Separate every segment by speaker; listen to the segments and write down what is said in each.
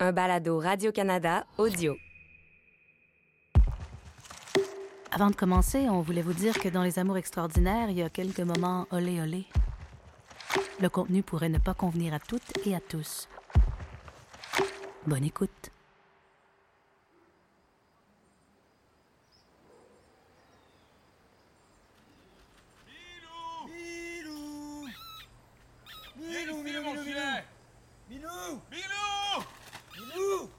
Speaker 1: un balado Radio-Canada audio.
Speaker 2: Avant de commencer, on voulait vous dire que dans Les Amours extraordinaires, il y a quelques moments olé olé. Le contenu pourrait ne pas convenir à toutes et à tous. Bonne écoute.
Speaker 3: Milou
Speaker 4: Milou,
Speaker 3: Milou, Milou,
Speaker 4: mon
Speaker 3: Milou,
Speaker 4: filet
Speaker 3: Milou
Speaker 4: Milou
Speaker 3: Milou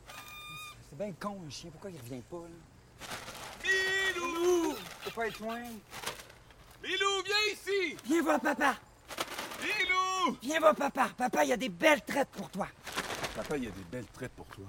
Speaker 3: C'est bien con, le chien. Pourquoi il revient pas, là?
Speaker 4: Milou
Speaker 3: Faut pas être loin.
Speaker 4: Milou, viens ici
Speaker 3: Viens voir papa!
Speaker 4: Milou
Speaker 3: Viens voir papa! Papa, il y a des belles traites pour toi!
Speaker 4: Papa, il y a des belles traites pour toi.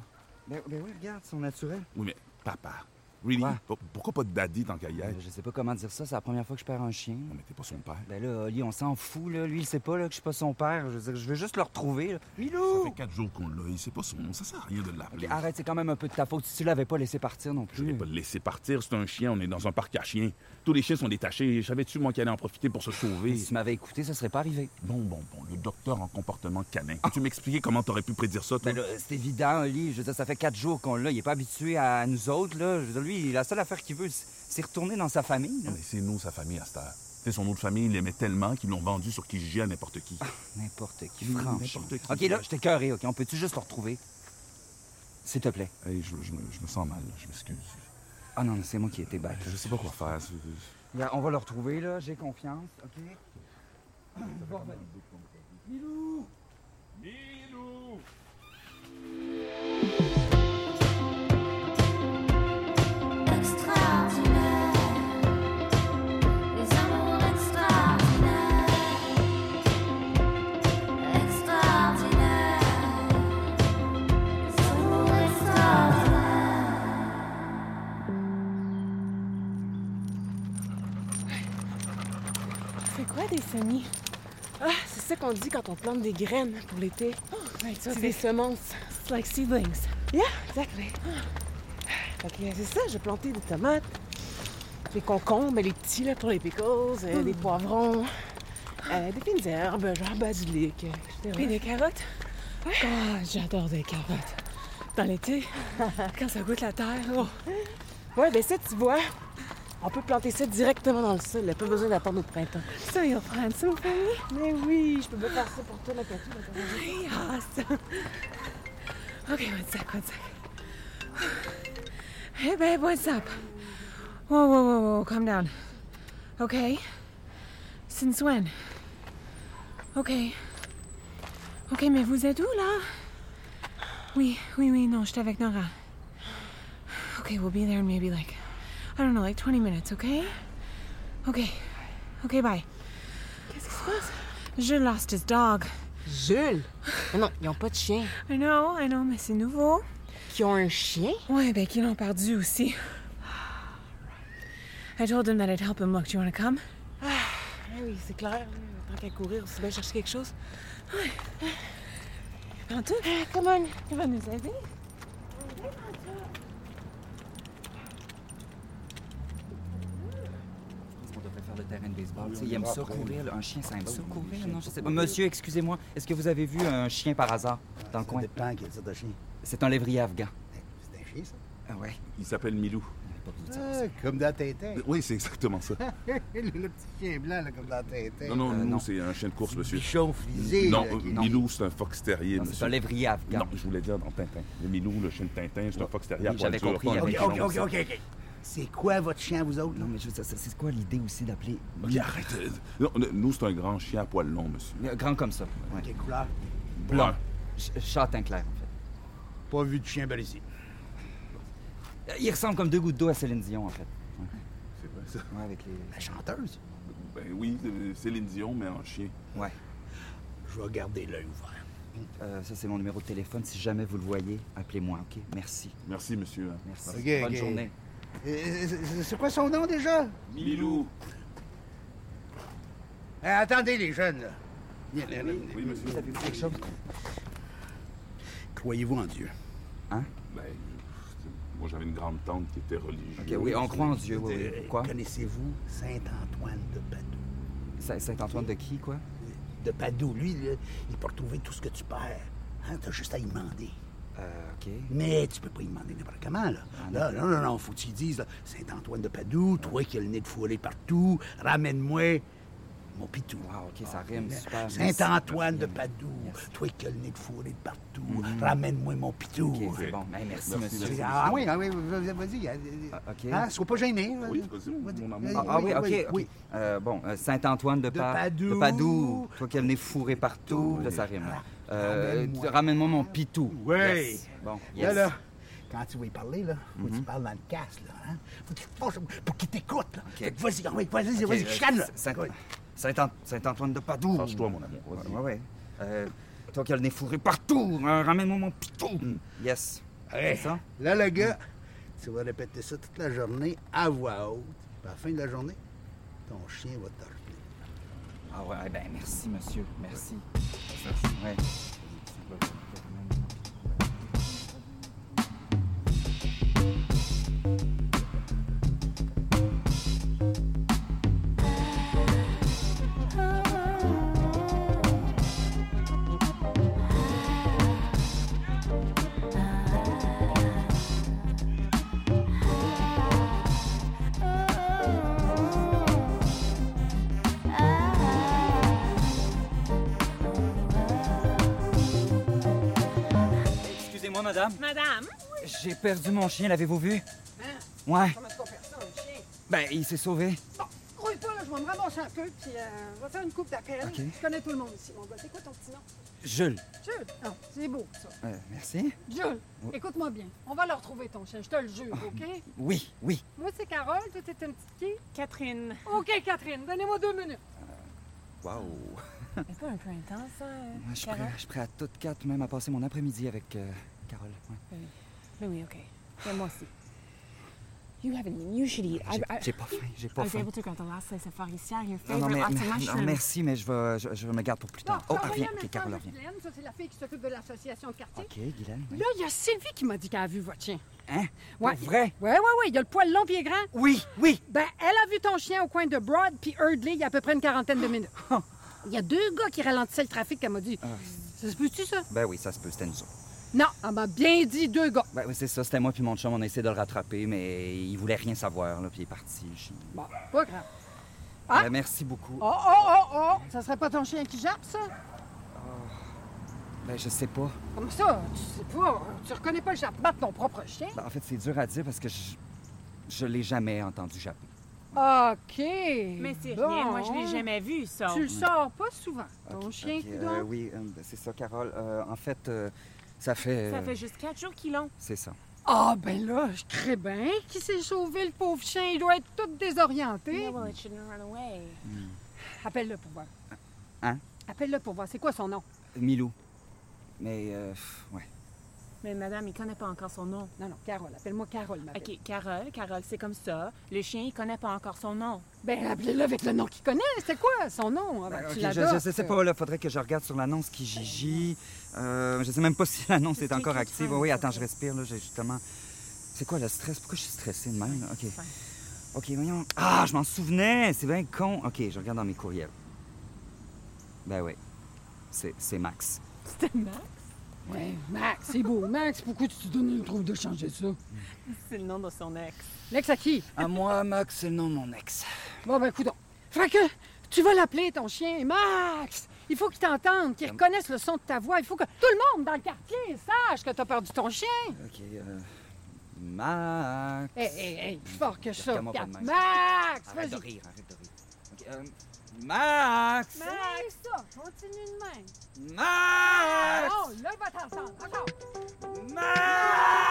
Speaker 3: Ben, ben oui, regarde, son naturel.
Speaker 4: Oui, mais papa, really?
Speaker 3: Quoi?
Speaker 4: Pour- Pourquoi pas de daddy tant qu'à y être?
Speaker 3: Ben, je sais pas comment dire ça, c'est la première fois que je perds un chien.
Speaker 4: Non, mais t'es pas son père.
Speaker 3: Ben là, Oli, on s'en fout, là. Lui, il sait pas, là, que je suis pas son père. Je veux dire, je veux juste le retrouver, là.
Speaker 4: Ça
Speaker 3: Milou!
Speaker 4: fait quatre jours qu'on l'a, il sait pas son nom, ça sert à rien de l'appeler.
Speaker 3: Ok, arrête, c'est quand même un peu de ta faute. Si tu l'avais pas laissé partir non
Speaker 4: Je l'ai
Speaker 3: plus.
Speaker 4: pas laissé partir, c'est un chien, on est dans un parc à chiens. Tous les chiens sont détachés, je savais-tu, moi, qu'il allait en profiter pour se sauver?
Speaker 3: Si tu m'avais écouté, ça serait pas arrivé.
Speaker 4: Bon, bon, bon, le docteur en comportement canin. Tu m'expliquais comment t'aurais pu prédire ça, toi?
Speaker 3: Ben là, c'est évident, Oli. Je veux dire, ça fait quatre jours qu'on l'a. Il est pas habitué à nous autres, là. Je veux dire, lui, la seule affaire qu'il veut, c'est- c'est retourner dans sa famille, là.
Speaker 4: Non, mais c'est nous, sa famille, à cette heure. C'est son autre famille, il l'aimait tellement qu'ils l'ont vendu sur Kijiji à n'importe qui.
Speaker 3: N'importe qui,
Speaker 4: Oui,
Speaker 3: franchement.
Speaker 4: n'importe qui.
Speaker 3: OK, là, je t'ai cœuré, OK? On peut-tu juste le retrouver? S'il te plaît.
Speaker 4: Hey, je, je me- je me sens mal, là, je m'excuse.
Speaker 3: Ah non, non, c'est moi qui étais bête.
Speaker 4: Bah, Je sais pas quoi faire. c'est-
Speaker 3: Ben, on va le retrouver, là. J'ai confiance, OK? Bon, ben, Milou!
Speaker 4: Milou!
Speaker 5: Extraordinaire, les amours extraordinaires, extraordinaires, les amours extraordinaires.
Speaker 6: C'est quoi des semis? Ah, c'est ça qu'on dit quand on plante des graines pour l'été.
Speaker 7: Oh,
Speaker 6: c'est des semences. It's like seedlings. Yeah, exactly. Fait que c'est ça, j'ai planté des tomates, des concombres, les petits là, pour les pickles, euh,
Speaker 7: Mm.
Speaker 6: des poivrons, euh, des fines herbes, genre basilic, euh, etc.
Speaker 7: Et des carottes? Ah, j'adore des carottes. Dans l'été, quand ça goûte la terre, oh,
Speaker 6: Ouais, ben ça, tu vois, on peut planter ça directement dans le sol, là, pas besoin d'attendre au printemps.
Speaker 7: ça, ils reprennent ça aux familles.
Speaker 6: Mais oui, je peux pas faire ça pour toi, la Catou, là.
Speaker 7: Ah, ça. OK, one sec, one sec. Hey, babe, what's up? Whoa, whoa, whoa, whoa, calm down. OK? Since when? OK. OK, mais vous êtes où, là? Oui, oui, oui, non, j'étais avec Nora. OK, we'll be there in maybe like, I don't know, like 20 minutes, OK? OK. OK, bye. Qu'est-ce qui se passe? Je lost his dog.
Speaker 6: Jules! Mais non, ils ont pas de chien.
Speaker 7: I know, I know, mais c'est nouveau.
Speaker 6: Qui ont un chien?
Speaker 7: Ouais, ben qu'ils l'ont perdu aussi. I told him that I'd help him look. Do you want to come?
Speaker 6: Ah oui, c'est clair. Tant qu'à courir, c'est bien chercher quelque chose.
Speaker 7: Pantoute?
Speaker 6: Ah, Come on.
Speaker 7: Il va nous aider.
Speaker 3: Est-ce qu'on devrait faire le terrain de baseball? Tu sais, il aime ça courir, là. Un chien, ça aime ça courir, non? Je sais pas. Monsieur, excusez-moi, est-ce que vous avez vu un chien par hasard dans le
Speaker 8: Ça
Speaker 3: coin?
Speaker 8: dépend quelle sorte de chien. Eh,
Speaker 3: C'est un lévrier afghan.
Speaker 8: C'est un chien, ça?
Speaker 3: Ah ouais?
Speaker 4: Il s'appelle Milou.
Speaker 3: Pas besoin de savoir ça.
Speaker 8: Ah, comme dans Tintin.
Speaker 4: Euh, Oui, c'est exactement ça.
Speaker 8: le, le petit chien blanc, là, comme dans Tintin.
Speaker 4: Non, non,
Speaker 3: Euh,
Speaker 4: nous,
Speaker 3: non.
Speaker 4: c'est un chien de course, monsieur.
Speaker 8: Bichon frisé,
Speaker 4: non,
Speaker 8: là,
Speaker 4: euh,
Speaker 8: qui-
Speaker 3: non.
Speaker 4: Milou, c'est un fox terrier,
Speaker 3: Non, C'est un
Speaker 4: monsieur.
Speaker 3: lévrier afghan.
Speaker 4: Non, je voulais dire dans Tintin. Le Milou, le chien de Tintin, c'est un fox terrier. à
Speaker 3: Oui,
Speaker 4: poil
Speaker 3: j'avais
Speaker 4: dur,
Speaker 3: compris,
Speaker 4: pas un
Speaker 3: il y avait
Speaker 4: cochon.
Speaker 3: compris.
Speaker 8: OK, OK, OK. C'est quoi votre chien, vous autres?
Speaker 3: Non, mais je veux dire, c'est- c'est quoi l'idée aussi d'appeler.
Speaker 4: Ok, arrête. euh, non, Nous, c'est un grand chien à poil long, monsieur.
Speaker 3: Euh, Grand comme ça. ouais.
Speaker 8: Quelle couleur?
Speaker 4: Blanc.
Speaker 3: Ch- Châtain clair, en fait.
Speaker 8: Pas vu de
Speaker 4: ben,
Speaker 8: chien par ici.
Speaker 3: Euh, Il ressemble comme deux gouttes d'eau à Céline Dion, en fait.
Speaker 4: C'est vrai, ça.
Speaker 3: Ouais, avec les.
Speaker 8: La chanteuse?
Speaker 4: Ben oui, c'est- Céline Dion, mais en chien.
Speaker 3: Ouais.
Speaker 8: Je vais garder l'œil ouvert.
Speaker 3: Euh, ça, c'est mon numéro de téléphone. Si jamais vous le voyez, appelez-moi, OK? Merci.
Speaker 4: Merci, monsieur. hein.
Speaker 3: Merci.
Speaker 8: OK,
Speaker 3: Bonne
Speaker 8: OK.
Speaker 3: journée.
Speaker 8: Euh, c'est- C'est quoi son nom, déjà?
Speaker 4: Milou.
Speaker 8: Eh, attendez, les jeunes, là. Viens, viens, viens.
Speaker 4: Oui, monsieur.
Speaker 3: Vous avez vu quelque chose?
Speaker 8: Croyez-vous en Dieu?
Speaker 4: Ben, euh, moi, j'avais une grande tante qui était religieuse.
Speaker 3: OK, oui, on croit en Dieu, oui, oui.
Speaker 8: Euh,
Speaker 3: Pourquoi?
Speaker 8: Connaissez-vous Saint-Antoine de Padoue?
Speaker 3: Saint- Saint-Antoine de qui, quoi?
Speaker 8: De Padoue, lui, là, il peut retrouver tout ce que tu perds. Hein, T'as juste à y demander.
Speaker 3: Euh, OK.
Speaker 8: Mais tu peux pas y demander n'importe comment, là.
Speaker 3: Ah,
Speaker 8: Là, non, non, non, faut qu'ils disent, là, Saint-Antoine de Padoue, toi qui as le nez de fourré partout, ramène-moi mon pitou.
Speaker 3: Wow, OK, ça rime super.
Speaker 8: Saint-Antoine de Padoue, toi qui as le nez de fourré de partout, ramène-moi mon pitou.
Speaker 3: Mm-hmm. OK, c'est bon. Ben, merci, monsieur.
Speaker 8: Tu dis, Ah oui, ah oui, vas- vas-y. euh,
Speaker 3: Ah, OK.
Speaker 8: Hein, sois pas gêné.
Speaker 4: Oui, vas-y, mon amour.
Speaker 3: Ah, ah oui, OK. ok. Euh, bon, euh, Saint-Antoine de,
Speaker 8: De
Speaker 3: Pa-
Speaker 8: Padoue.
Speaker 3: De Padoue. Toi qui as le nez fourré partout. Là, ça rime. là. Euh, tu- Ramène-moi mon pitou.
Speaker 8: Oui.
Speaker 3: Yes. Bon,
Speaker 8: Là,
Speaker 3: yes. Mm-hmm.
Speaker 8: là, quand tu vas y parler, là, faut que tu parles dans le casque, là. Hein? Faut que tu te fâches pour qu'il t'écoute, là. Fait que Vas-y, ah oui, vas-y,
Speaker 3: OK,
Speaker 8: vas-y,
Speaker 3: euh,
Speaker 8: chicane, là.
Speaker 3: Saint- Saint- Saint-Antoine de Padoue.
Speaker 4: Change-toi, mon amour.
Speaker 3: Ouais, ouais, ouais. Euh, toi qui as le nez fourré partout. hein, Ramène-moi mon pitou. Yes.
Speaker 8: Ouais.
Speaker 3: C'est ça?
Speaker 8: Là, le gars, tu vas répéter ça toute la journée à voix haute. Puis à la fin de la journée, ton chien va te retenir.
Speaker 3: Ah ouais, eh ben merci monsieur, merci. Ouais. Excusez-moi madame,
Speaker 7: Madame?
Speaker 3: j'ai perdu mon chien, l'avez-vous vu Ouais,
Speaker 6: Comment est-ce qu'on perd ça, un chien?
Speaker 3: ben il s'est sauvé.
Speaker 6: Bon, roule pas, là, je vais me ramasser un peu, puis euh, on va faire une coupe d'appel.
Speaker 3: Ok.
Speaker 6: Je connais tout le monde ici, mon gars. C'est quoi ton petit nom?
Speaker 3: Jules.
Speaker 6: Jules. Non, c'est beau, ça.
Speaker 3: Euh, merci.
Speaker 6: Jules, écoute-moi bien. On va leur trouver ton chien, je te le jure,
Speaker 3: Ah.
Speaker 6: OK?
Speaker 3: Oui, oui.
Speaker 6: Moi, c'est Carole, toi, t'es une petite qui?
Speaker 7: Catherine.
Speaker 6: OK, Catherine, donnez-moi deux minutes.
Speaker 3: Waouh.
Speaker 7: C'est pas un peu intense, ça? euh,
Speaker 3: Je suis
Speaker 7: Carole?
Speaker 3: prêt, je suis prêt à toutes quatre, même à passer mon après-midi avec euh, Carole. ouais.
Speaker 7: Oui, Ben oui, OK. Yeah, moi aussi. You haven't eaten. You should eat.
Speaker 6: ah,
Speaker 7: I,
Speaker 3: J'ai-
Speaker 6: bah,
Speaker 7: I,
Speaker 3: J'ai pas faim, j'ai
Speaker 7: I
Speaker 3: pas
Speaker 7: was
Speaker 3: faim. Ah
Speaker 7: able to grab the last slice of faricière, your
Speaker 3: Non, non,
Speaker 7: favorite
Speaker 6: Ah,
Speaker 3: mais,
Speaker 7: lots
Speaker 3: mais-
Speaker 7: of
Speaker 3: non,
Speaker 7: mushrooms.
Speaker 3: merci, mais je, vais, je, je me garde pour plus
Speaker 6: Bon,
Speaker 3: tard. Oh,
Speaker 6: j'ai
Speaker 3: ah,
Speaker 6: envoyé
Speaker 3: reviens.
Speaker 6: un
Speaker 3: Ok,
Speaker 6: message
Speaker 3: Carole,
Speaker 6: à
Speaker 3: reviens.
Speaker 6: Guylaine, ça, c'est la fille qui s'occupe de l'association de quartier.
Speaker 3: Ok, Guylaine. oui.
Speaker 6: Là, il y a Sylvie qui m'a dit qu'elle a vu votre chien.
Speaker 3: Hein?
Speaker 6: Ouais.
Speaker 3: Pour vrai?
Speaker 6: Ouais, ouais, ouais, il y a le poil long puis il est grand.
Speaker 3: Oui, oui.
Speaker 6: Ben, elle a vu ton chien au coin de Broad puis Hurdley il y a à peu près une quarantaine de minutes. Il y a deux gars qui ralentissaient le trafic, elle m'a dit. Ça se peut-tu, ça?
Speaker 3: Ben oui, ça se peut, c'était nous autres.
Speaker 6: Non, elle m'a bien dit deux gars.
Speaker 3: Ouais, ouais, Ben c'est ça, c'était moi puis mon chum, on a essayé de le rattraper, mais il voulait rien savoir, là, puis il est parti. le chien.
Speaker 6: Bon, pas grave. Ah!
Speaker 3: Ben, merci beaucoup.
Speaker 6: Oh, oh, oh, oh! Ça serait pas ton chien qui jappe, ça?
Speaker 3: Ben, je sais pas.
Speaker 6: Comme ça, tu sais pas. Tu reconnais pas le jappement de ton propre chien?
Speaker 3: Ben, en fait, c'est dur à dire parce que je, je l'ai jamais entendu japper.
Speaker 6: OK.
Speaker 7: Mais c'est
Speaker 6: Bon,
Speaker 7: rien, moi je l'ai
Speaker 6: hein?
Speaker 7: jamais vu, ça.
Speaker 6: Tu le sors pas souvent, ton
Speaker 3: Ok,
Speaker 6: chien,
Speaker 3: ok,
Speaker 6: coudonc.
Speaker 3: euh, Oui, euh, c'est ça, Carole. Euh, en fait, euh, ça fait...
Speaker 7: Ça
Speaker 3: euh,
Speaker 7: fait juste quatre jours qu'il ont.
Speaker 3: C'est ça.
Speaker 6: Ah, ben là, je crée bien qu'il s'est sauvé, le pauvre chien. Il doit être tout désorienté.
Speaker 7: Ah, well, it shouldn't run away.
Speaker 6: Appelle-le pour voir.
Speaker 3: Hein?
Speaker 6: Appelle-le pour voir. C'est quoi son nom?
Speaker 3: Milou. Mais, euh, pff, ouais.
Speaker 7: Mais madame, il connaît pas encore son nom.
Speaker 6: Non, non, Carole. Appelle-moi Carole, ma belle.
Speaker 7: OK, Carole, Carole, c'est comme ça. Le chien, il connaît pas encore son nom.
Speaker 6: Ben, appelez-le avec le nom qu'il connaît. C'est quoi son nom? Ah, ben,
Speaker 3: Ben,
Speaker 6: tu
Speaker 3: ok, je,
Speaker 6: l'adoptes.
Speaker 3: je sais pas, là, faudrait que je regarde sur l'annonce qui gigi. Euh, je sais même pas si l'annonce est
Speaker 7: C'était
Speaker 3: encore
Speaker 7: écrit
Speaker 3: active.
Speaker 7: fin,
Speaker 3: oui,
Speaker 7: ça,
Speaker 3: attends,
Speaker 7: ça.
Speaker 3: je respire, là, j'ai justement... C'est quoi le stress? Pourquoi je suis stressée de même? là? OK.
Speaker 7: Fin.
Speaker 3: OK, voyons. Ah, je m'en souvenais! C'est bien con. OK, je regarde dans mes courriels. Ben oui. C'est c'est Max.
Speaker 7: C'était mal.
Speaker 6: Ouais, Max, c'est beau. Max, pourquoi tu te donnes le trouble de changer ça?
Speaker 7: C'est le nom de son ex.
Speaker 6: Lex à qui?
Speaker 3: À Ah, moi, Max, c'est le nom de mon ex.
Speaker 6: Bon, ben, coudon. Fait que tu vas l'appeler, ton chien. Max! Il faut qu'il t'entende, qu'il reconnaisse le son de ta voix. Il faut que tout le monde dans le quartier sache que t'as perdu ton chien. Eh,
Speaker 3: OK, euh, Max.
Speaker 6: Hé, hé, hé, plus fort que ça.
Speaker 3: Regarde-moi pas de même.
Speaker 6: Regarde. Max,
Speaker 3: Arrête de
Speaker 6: vas-y.
Speaker 3: rire, arrête de rire. OK, euh, Max!
Speaker 6: Max, ça, continue de même.
Speaker 3: Max!
Speaker 6: Oh, là, il va t'entendre. Encore.
Speaker 3: Max!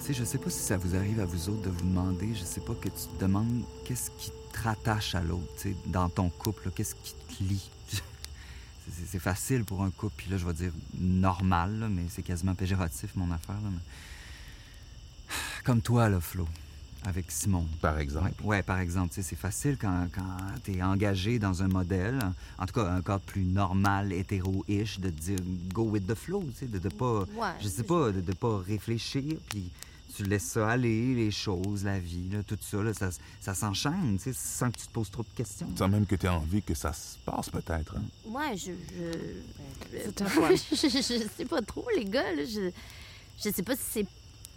Speaker 3: sais, je sais pas si ça vous arrive à vous autres de vous demander, je sais pas, que tu te demandes qu'est-ce qui te rattache à l'autre, tu sais, dans ton couple, là, qu'est-ce qui te lie. C'est- c'est- c'est facile pour un couple, puis là, je vais dire normal, là, mais c'est quasiment péjoratif, mon affaire. là, mais- Comme toi, là, Flo, avec Simon.
Speaker 4: Par exemple.
Speaker 3: Ouais, ouais, par exemple, tu sais, c'est facile quand, quand t'es engagé dans un modèle, en tout cas un cadre plus normal, hétéro-ish, de te dire go with the flow, tu sais, de, de pas, je sais pas, de, de pas réfléchir, puis tu laisses ça aller, les choses, la vie, là, tout ça, là, ça, ça s'enchaîne, tu sais, sans que tu te poses trop de questions.
Speaker 4: Sans même que tu aies envie que ça se passe, peut-être. hein.
Speaker 9: Moi, je. je...
Speaker 7: C'est un choix.
Speaker 9: je, je sais pas trop, les gars. là, Je, je sais pas si c'est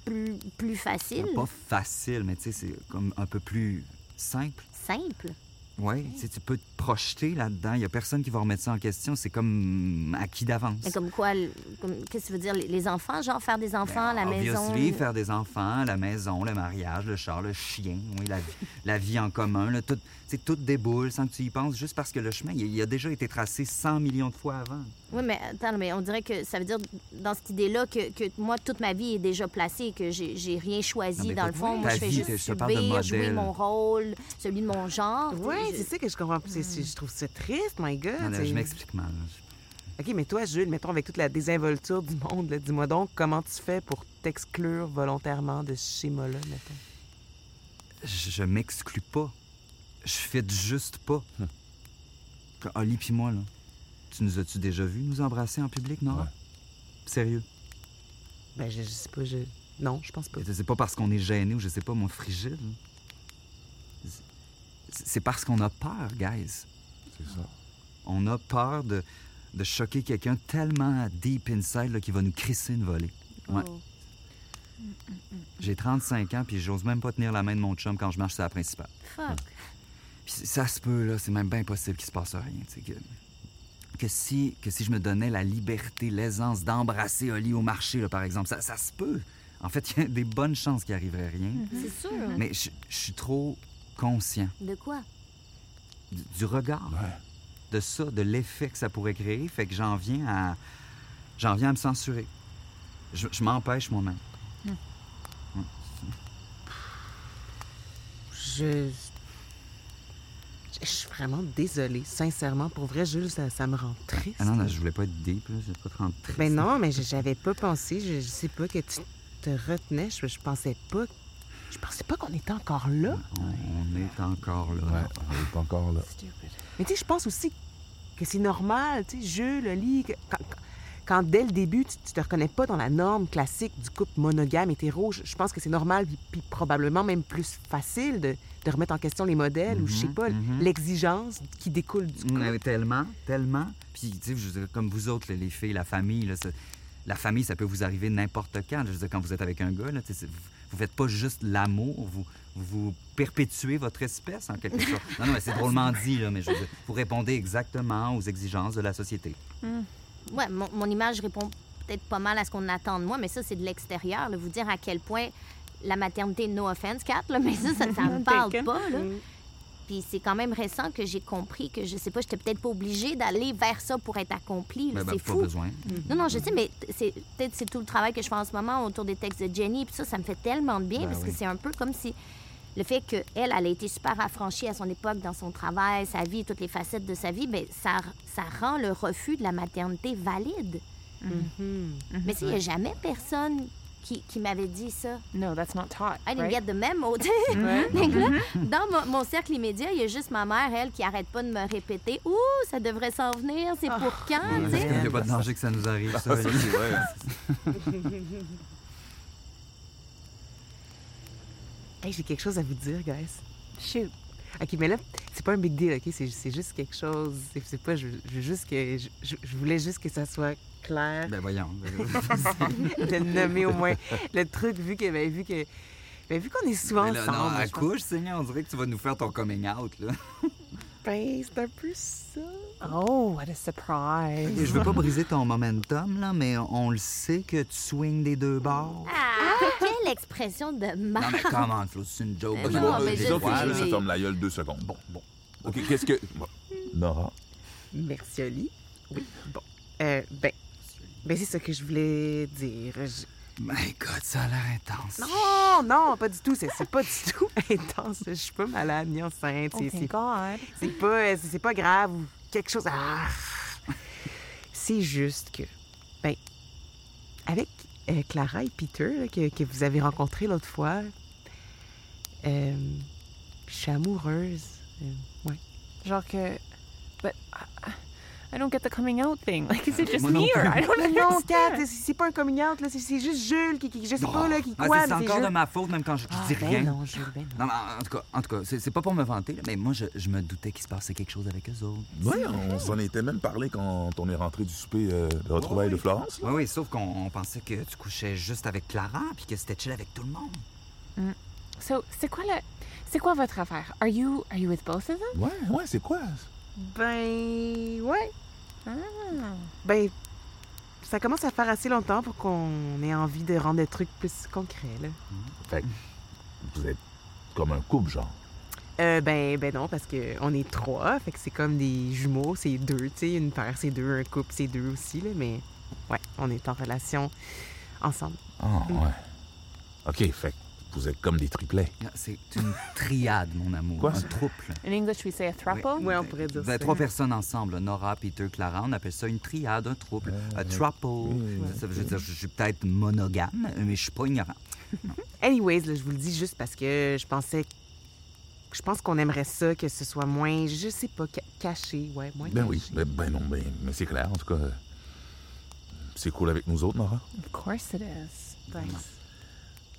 Speaker 9: plus, plus facile,
Speaker 3: Pas facile, mais tu sais, c'est comme un peu plus simple.
Speaker 9: simple.
Speaker 3: Ouais, tu sais, tu peux te projeter là-dedans, il y a personne qui va remettre ça en question, c'est comme acquis d'avance.
Speaker 9: Mais comme quoi, le- comme- qu'est-ce que tu veux dire? Les, les enfants, genre faire des enfants,
Speaker 7: Ben,
Speaker 9: la maison.
Speaker 3: Obviously, faire des enfants, la maison, le mariage, le char, le chien, oui, la, vie- la vie en commun, là, tout, c'est tout déboule sans que tu y penses, juste parce que le chemin, il, il a déjà été tracé 100 millions de fois avant.
Speaker 9: Oui, mais attends, mais on dirait que ça veut dire, dans cette idée-là, que, que moi, toute ma vie est déjà placée, que j'ai j'ai rien
Speaker 3: Non,
Speaker 9: choisi,
Speaker 3: mais
Speaker 9: dans le
Speaker 3: t'as-
Speaker 9: fond.
Speaker 3: oui.
Speaker 9: Moi,
Speaker 3: Ta
Speaker 9: je fais
Speaker 3: vie,
Speaker 9: juste
Speaker 3: t'es- je te parle de
Speaker 9: subir, jouer
Speaker 3: modèle.
Speaker 9: mon rôle, celui de mon genre.
Speaker 6: Ouais,
Speaker 9: Je-
Speaker 6: c'est ça que je comprends. pas. C'est- c'est- je trouve ça triste, my God.
Speaker 3: Non, là,
Speaker 6: C'est-
Speaker 3: je m'explique mal. là.
Speaker 6: OK, mais toi, Jules, mettons avec toute la désinvolture du monde, là, dis-moi donc, comment tu fais pour t'exclure volontairement de ce schéma-là, mettons?
Speaker 3: Je, je m'exclus pas. Je fais juste pas. Quand Oli puis moi, là, tu nous as-tu déjà vu nous embrasser en public, non?
Speaker 4: Ouais.
Speaker 3: Sérieux?
Speaker 6: Ben, je, je sais pas, je... Non, je pense pas.
Speaker 3: Et C'est pas parce qu'on est gêné ou je sais pas, mon frigide. là. C'est- C'est parce qu'on a peur, guys.
Speaker 4: C'est ça.
Speaker 3: On a peur de, de choquer quelqu'un tellement deep inside là, qu'il va nous crisser une volée. Ouais.
Speaker 9: Oh.
Speaker 3: J'ai 35 ans, puis j'ose même pas tenir la main de mon chum quand je marche sur la principale.
Speaker 9: Fuck.
Speaker 3: Puis ça se peut, là, c'est même bien possible qu'il se passe rien. tu sais, Que, que, si, que si je me donnais la liberté, l'aisance d'embrasser Oli au marché, là, par exemple, ça, ça se peut. En fait, il y a des bonnes chances qu'il arriverait rien.
Speaker 9: Mm-hmm. C'est sûr.
Speaker 3: Mais je je suis trop conscient
Speaker 9: De quoi?
Speaker 3: du, du regard, de ça, de l'effet que ça pourrait créer, fait que j'en viens à, j'en viens à me censurer. Je, je m'empêche moi-même.
Speaker 6: Je... je- Je suis vraiment désolée, sincèrement. Pour vrai, Jules, ça, ça me rend triste.
Speaker 3: Ah non, non, je voulais pas être deep, là, je voulais pas te rendre triste.
Speaker 6: Ben non, mais je- j'avais pas pensé. Je, je sais pas que tu te retenais. Je, je pensais pas... Je pensais pas qu'on était encore là.
Speaker 3: On, on est encore là.
Speaker 4: Ouais, on est encore là.
Speaker 6: Mais tu sais, je pense aussi que c'est normal, tu sais, Jules, Oli, que- quand, quand- quand dès le début, tu, tu te reconnais pas dans la norme classique du couple monogame hétéro, je, je pense que c'est normal, puis, puis probablement même plus facile de, de remettre en question les modèles ou, je sais
Speaker 3: Mhm,
Speaker 6: pas,
Speaker 3: mhm.
Speaker 6: l'exigence qui découle du couple.
Speaker 3: Ouais, tellement, tellement. Puis, tu sais, je veux dire, comme vous autres, là, les filles, la famille, là, ça- la famille, ça peut vous arriver n'importe quand. là. je veux dire, quand vous êtes avec un gars, là, tu sais, c'est- vous, vous faites pas juste l'amour, vous, vous perpétuez votre espèce, en quelque sorte. Non, non, mais c'est drôlement dit, là, mais je veux dire, vous répondez exactement aux exigences de la société.
Speaker 9: Ouais, mon, mon image répond peut-être pas mal à ce qu'on attend de moi, mais ça, c'est de l'extérieur. là. Vous dire à quel point la maternité, no offense, Kat, là, mais ça, ça ne me parle
Speaker 6: Taken.
Speaker 9: pas. Là. Puis c'est quand même récent que j'ai compris que, je sais pas, j'étais peut-être pas obligée d'aller vers ça pour être accomplie. là.
Speaker 3: Ben, ben,
Speaker 9: c'est
Speaker 3: pas
Speaker 9: fou.
Speaker 3: besoin.
Speaker 9: Non, non, je sais, mais t- c'est peut-être c'est tout le travail que je fais en ce moment autour des textes de Jenny, puis ça, ça me fait tellement de bien
Speaker 3: Ben
Speaker 9: parce
Speaker 3: oui.
Speaker 9: que c'est un peu comme si le fait qu'elle, elle a été super affranchie à son époque dans son travail, sa vie, toutes les facettes de sa vie, ben ça, ça rend le refus de la maternité valide. Mm-hmm. Mais s'il n'y a jamais personne qui, qui m'avait dit ça.
Speaker 7: No, that's not taught.
Speaker 9: I didn't
Speaker 7: right?
Speaker 9: get the memo, tu sais. Fait que là, Dans mon, mon cercle immédiat, il y a juste ma mère, elle, qui arrête pas de me répéter « Ouh, ça devrait s'en venir, c'est pour quand? tu sais?
Speaker 3: Il n'y a pas de danger que ça nous arrive, ça.
Speaker 4: Ça, c'est vrai.
Speaker 6: Hey, j'ai quelque chose à vous dire, guys.
Speaker 7: Shoot.
Speaker 6: OK, mais là, c'est pas un big deal, OK? C'est c'est juste quelque chose... C'est c'est pas... Je, je veux juste que... Je, je- je voulais juste que ça soit clair.
Speaker 3: Ben voyons.
Speaker 6: de le nommer au moins le truc, vu que, ben, vu que, ben, vu qu'on est souvent
Speaker 3: Mais là, non,
Speaker 6: ensemble.
Speaker 3: à
Speaker 6: je pense-
Speaker 3: couche, Seigneur, on dirait que tu vas nous faire ton coming out, là.
Speaker 6: Ben, c'est un peu ça.
Speaker 7: Oh, what a surprise.
Speaker 3: Et je veux pas briser ton momentum, là, mais on le sait que tu swings des deux bords.
Speaker 9: Ah, quelle expression de
Speaker 3: Non,
Speaker 9: mal!
Speaker 3: mais comment, Flo, c'est une joke.
Speaker 9: Mais
Speaker 3: pas
Speaker 9: non,
Speaker 3: de-
Speaker 9: mais
Speaker 3: des
Speaker 9: je
Speaker 4: disons que
Speaker 3: fois,
Speaker 9: sais,
Speaker 4: Jules
Speaker 3: là.
Speaker 4: se
Speaker 9: mais-
Speaker 4: ferme la gueule deux secondes. Bon, bon. OK, qu'est-ce que... Bon. Nora.
Speaker 6: Merci, Oli. Oui, bon. Euh, ben, ben c'est ça que je voulais dire. Je-
Speaker 3: My God, ça a l'air intense.
Speaker 6: Non, non, pas du tout. C'est c'est pas du tout intense. Je suis pas malade ni enceinte. C'est- c'est- C'est pas, euh, c'est c'est pas grave ou quelque chose. Ah! C'est juste que, ben, avec euh, Clara et Peter là, que, que vous avez rencontré l'autre fois, euh, je suis amoureuse. Euh, ouais.
Speaker 7: Genre que. But I, I don't get the coming out thing. Like, is it just
Speaker 6: Moi non
Speaker 7: me or
Speaker 6: plus.
Speaker 7: I don't
Speaker 6: Mais non, Kat,
Speaker 7: understand?
Speaker 6: c'est- c'est pas un coming out, là, c'est- c'est juste Jules qui, qui- je sais
Speaker 3: Oh,
Speaker 6: pas, là, qui
Speaker 3: ah,
Speaker 6: quoi,
Speaker 3: c'est
Speaker 6: mais
Speaker 3: encore
Speaker 6: Jules.
Speaker 3: de ma faute, même quand je, je
Speaker 6: Ah,
Speaker 3: dis
Speaker 6: ben
Speaker 3: rien.
Speaker 6: non, Jules, ben
Speaker 3: non. mais en tout cas, en tout cas, c'est c'est pas pour me vanter, là, mais moi, je, je me doutais qu'il se passait quelque chose avec eux autres.
Speaker 4: Oui, on s'en était même parlé quand on est rentré du souper euh, de retrouvailles de Florence.
Speaker 3: Oui, oui, sauf qu'on on pensait que tu couchais juste avec Clara, puis que c'était chill avec tout le monde.
Speaker 7: Mm. So, c'est quoi le. C'est quoi votre affaire? Are you, are you with both of them?
Speaker 4: Ouais, ouais, c'est quoi?
Speaker 6: Ben, ouais. Ben, ça commence à faire assez longtemps pour qu'on ait envie de rendre des trucs plus concrets, là.
Speaker 4: Fait que vous êtes comme un couple, genre.
Speaker 6: Euh, ben, ben non, parce qu'on est trois, fait que c'est comme des jumeaux, c'est deux, tu sais, une paire, c'est deux, un couple, c'est deux aussi, là, mais ouais, on est en relation ensemble.
Speaker 4: Ah,
Speaker 6: Mm.
Speaker 4: ouais. OK, fait que vous êtes comme des triplets.
Speaker 3: C'est une triade, mon amour.
Speaker 4: Quoi,
Speaker 3: un
Speaker 4: ça?
Speaker 3: trouble.
Speaker 7: In English, we say a throuple.
Speaker 6: Oui, on pourrait dire
Speaker 3: Ben, trois personnes ensemble, Nora, Peter, Clara, on appelle ça une triade, un trouble, un trouble. Ça veut dire, je suis peut-être monogame, mais je suis pas ignorant.
Speaker 6: Anyways, là, je vous le dis juste parce que je pensais... Je pense qu'on aimerait ça, que ce soit moins, je sais pas, ca- caché, ouais, moins
Speaker 4: Ben
Speaker 6: caché.
Speaker 4: oui, ben, ben non, ben, mais c'est clair, en tout cas. euh, C'est cool avec nous autres, Nora.
Speaker 7: Of course it is.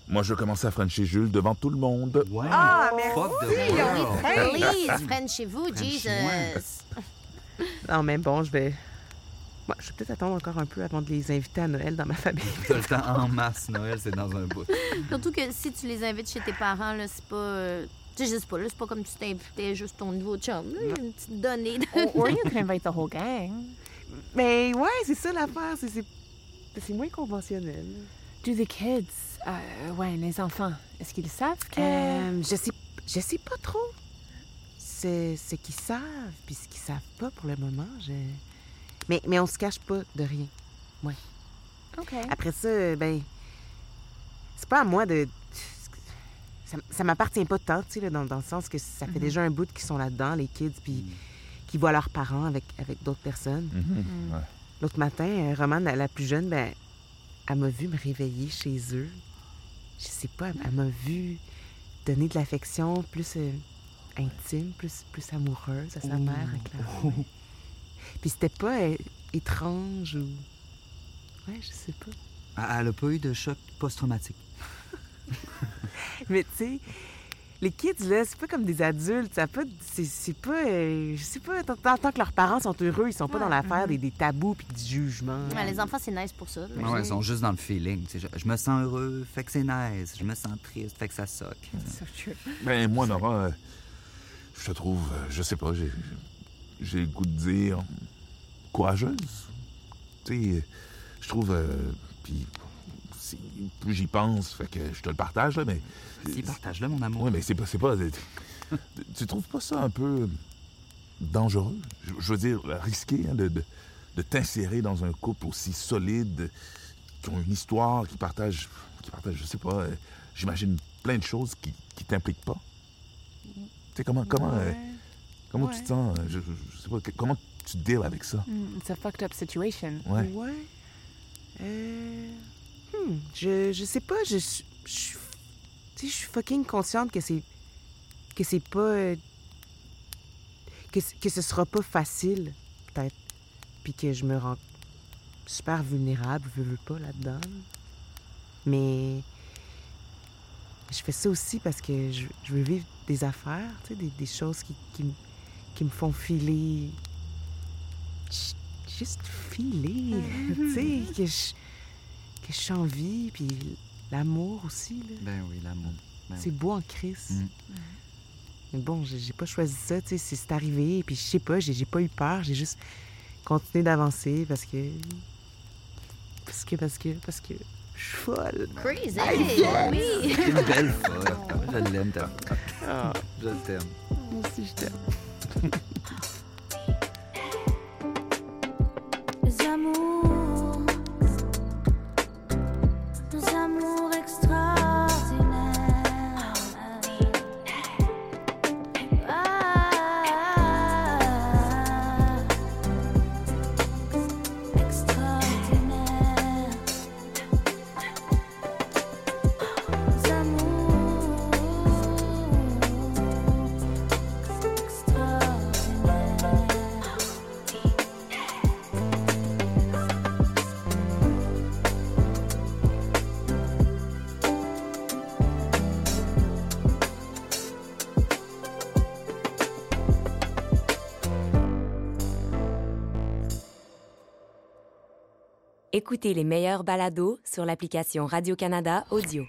Speaker 4: Moi, je veux commencer à frencher Jules devant tout le monde.
Speaker 3: Ouais.
Speaker 7: Ah,
Speaker 6: merci.
Speaker 9: Please, chez vous, Jesus.
Speaker 6: Non, mais bon, je vais... Ouais, je vais peut-être attendre encore un peu avant de les inviter à Noël dans ma famille.
Speaker 3: Tout le temps en masse, Noël, c'est dans un bout.
Speaker 9: Surtout que si tu les invites chez tes parents, là, c'est pas. euh, Tu sais, je sais pas, là, c'est pas comme si tu t'invitais juste ton nouveau chum. là. Il y a une petite donnée de.
Speaker 7: Or you can invite the whole gang.
Speaker 6: Mais ouais, c'est ça l'affaire, c'est- c'est c'est moins conventionnel.
Speaker 7: Do the kids, euh, ouais, les enfants, est-ce qu'ils savent que.
Speaker 6: Euh, je sais, je sais pas trop. C'est ce qu'ils savent, puis ce qu'ils savent pas pour le moment. Je... Mais, mais on se cache pas de rien. Ouais.
Speaker 7: OK.
Speaker 6: Après ça, euh, ben, c'est pas à moi de. Ça, ça m'appartient pas tant, tu sais, là, dans, dans le sens que ça fait
Speaker 7: Mhm.
Speaker 6: déjà un bout qu'ils sont là-dedans, les kids,
Speaker 4: Mm.
Speaker 6: puis qui voient leurs parents avec, avec d'autres personnes.
Speaker 4: Mhm, ouais.
Speaker 6: L'autre matin, euh, Romane, la, la plus jeune, ben, elle m'a vu me réveiller chez eux. Je sais pas, elle, elle m'a vu donner de l'affection plus euh, intime, plus, plus amoureuse à sa mère, à Clara. ouais. Puis c'était pas euh, étrange ou. Ouais, je sais pas.
Speaker 3: Elle a pas eu de choc post-traumatique.
Speaker 6: Mais tu sais, les kids, là, c'est pas comme des adultes. Ça a pas. C'est, c'est pas. euh, je sais pas, tant, tant- tant que leurs parents sont heureux, ils sont pas
Speaker 9: Ouais,
Speaker 6: dans l'affaire des, des tabous puis du jugement.
Speaker 9: Ouais, les enfants, c'est nice pour ça.
Speaker 3: Ah Ouais, ils sont juste dans le feeling. tu sais, Je, je me sens heureux, fait que c'est nice. Je me sens triste, fait que ça soque.
Speaker 4: Ben, moi, Nora, euh, je te trouve, euh, je sais pas, j'ai, j'ai le goût de dire courageuse. Tu sais, euh, je trouve, euh, puis c'est- plus j'y pense, fait que je te le partage, là, mais...
Speaker 3: Si, partage-le, mon amour.
Speaker 4: Oui, mais c'est pas... C'est pas tu trouves pas ça un peu dangereux? Je, je veux dire, risqué hein, de, de- de t'insérer dans un couple aussi solide, qui ont une histoire, qui partagent, qui partagent je sais pas, euh, j'imagine plein de choses qui, qui t'impliquent pas. Tu sais, comment, comment, euh, comment tu
Speaker 7: Ouais.
Speaker 4: te sens? euh, Je, je- je sais pas, que- comment tu te deals avec ça?
Speaker 7: Mm, it's a fucked up situation.
Speaker 4: Ouais.
Speaker 6: Ouais. Euh... hmm, Je, je sais pas, je, je, je- tu sais, je suis fucking consciente que c'est. que c'est pas. euh, que, c- que ce sera pas facile, peut-être. Puis que je me rends super vulnérable, je veux pas là-dedans. Mais. Je fais ça aussi parce que je, je veux vivre des affaires, tu sais, des, des choses qui, qui, me- qui me font filer. ju- Juste filer, tu sais, que je, que je suis en vie, puis l'amour aussi, là.
Speaker 3: Ben oui, l'amour. Ben
Speaker 6: C'est
Speaker 3: oui.
Speaker 6: beau en crise.
Speaker 3: Mm.
Speaker 6: Mais bon, j'ai j'ai pas choisi ça, tu sais, c'est c'est arrivé, puis je sais pas, j'ai j'ai pas eu peur, j'ai juste continué d'avancer parce que. Parce que, parce que, parce que. Je suis folle.
Speaker 9: Crazy!
Speaker 6: Hey, yes!
Speaker 9: Oui!
Speaker 3: T'es une belle folle. Je l'aime, ta
Speaker 6: Ah.
Speaker 3: Je t'aime.
Speaker 6: Moi aussi, je t'aime.
Speaker 10: Les amours, les
Speaker 1: Écoutez les meilleurs balados sur l'application Radio-Canada Audio.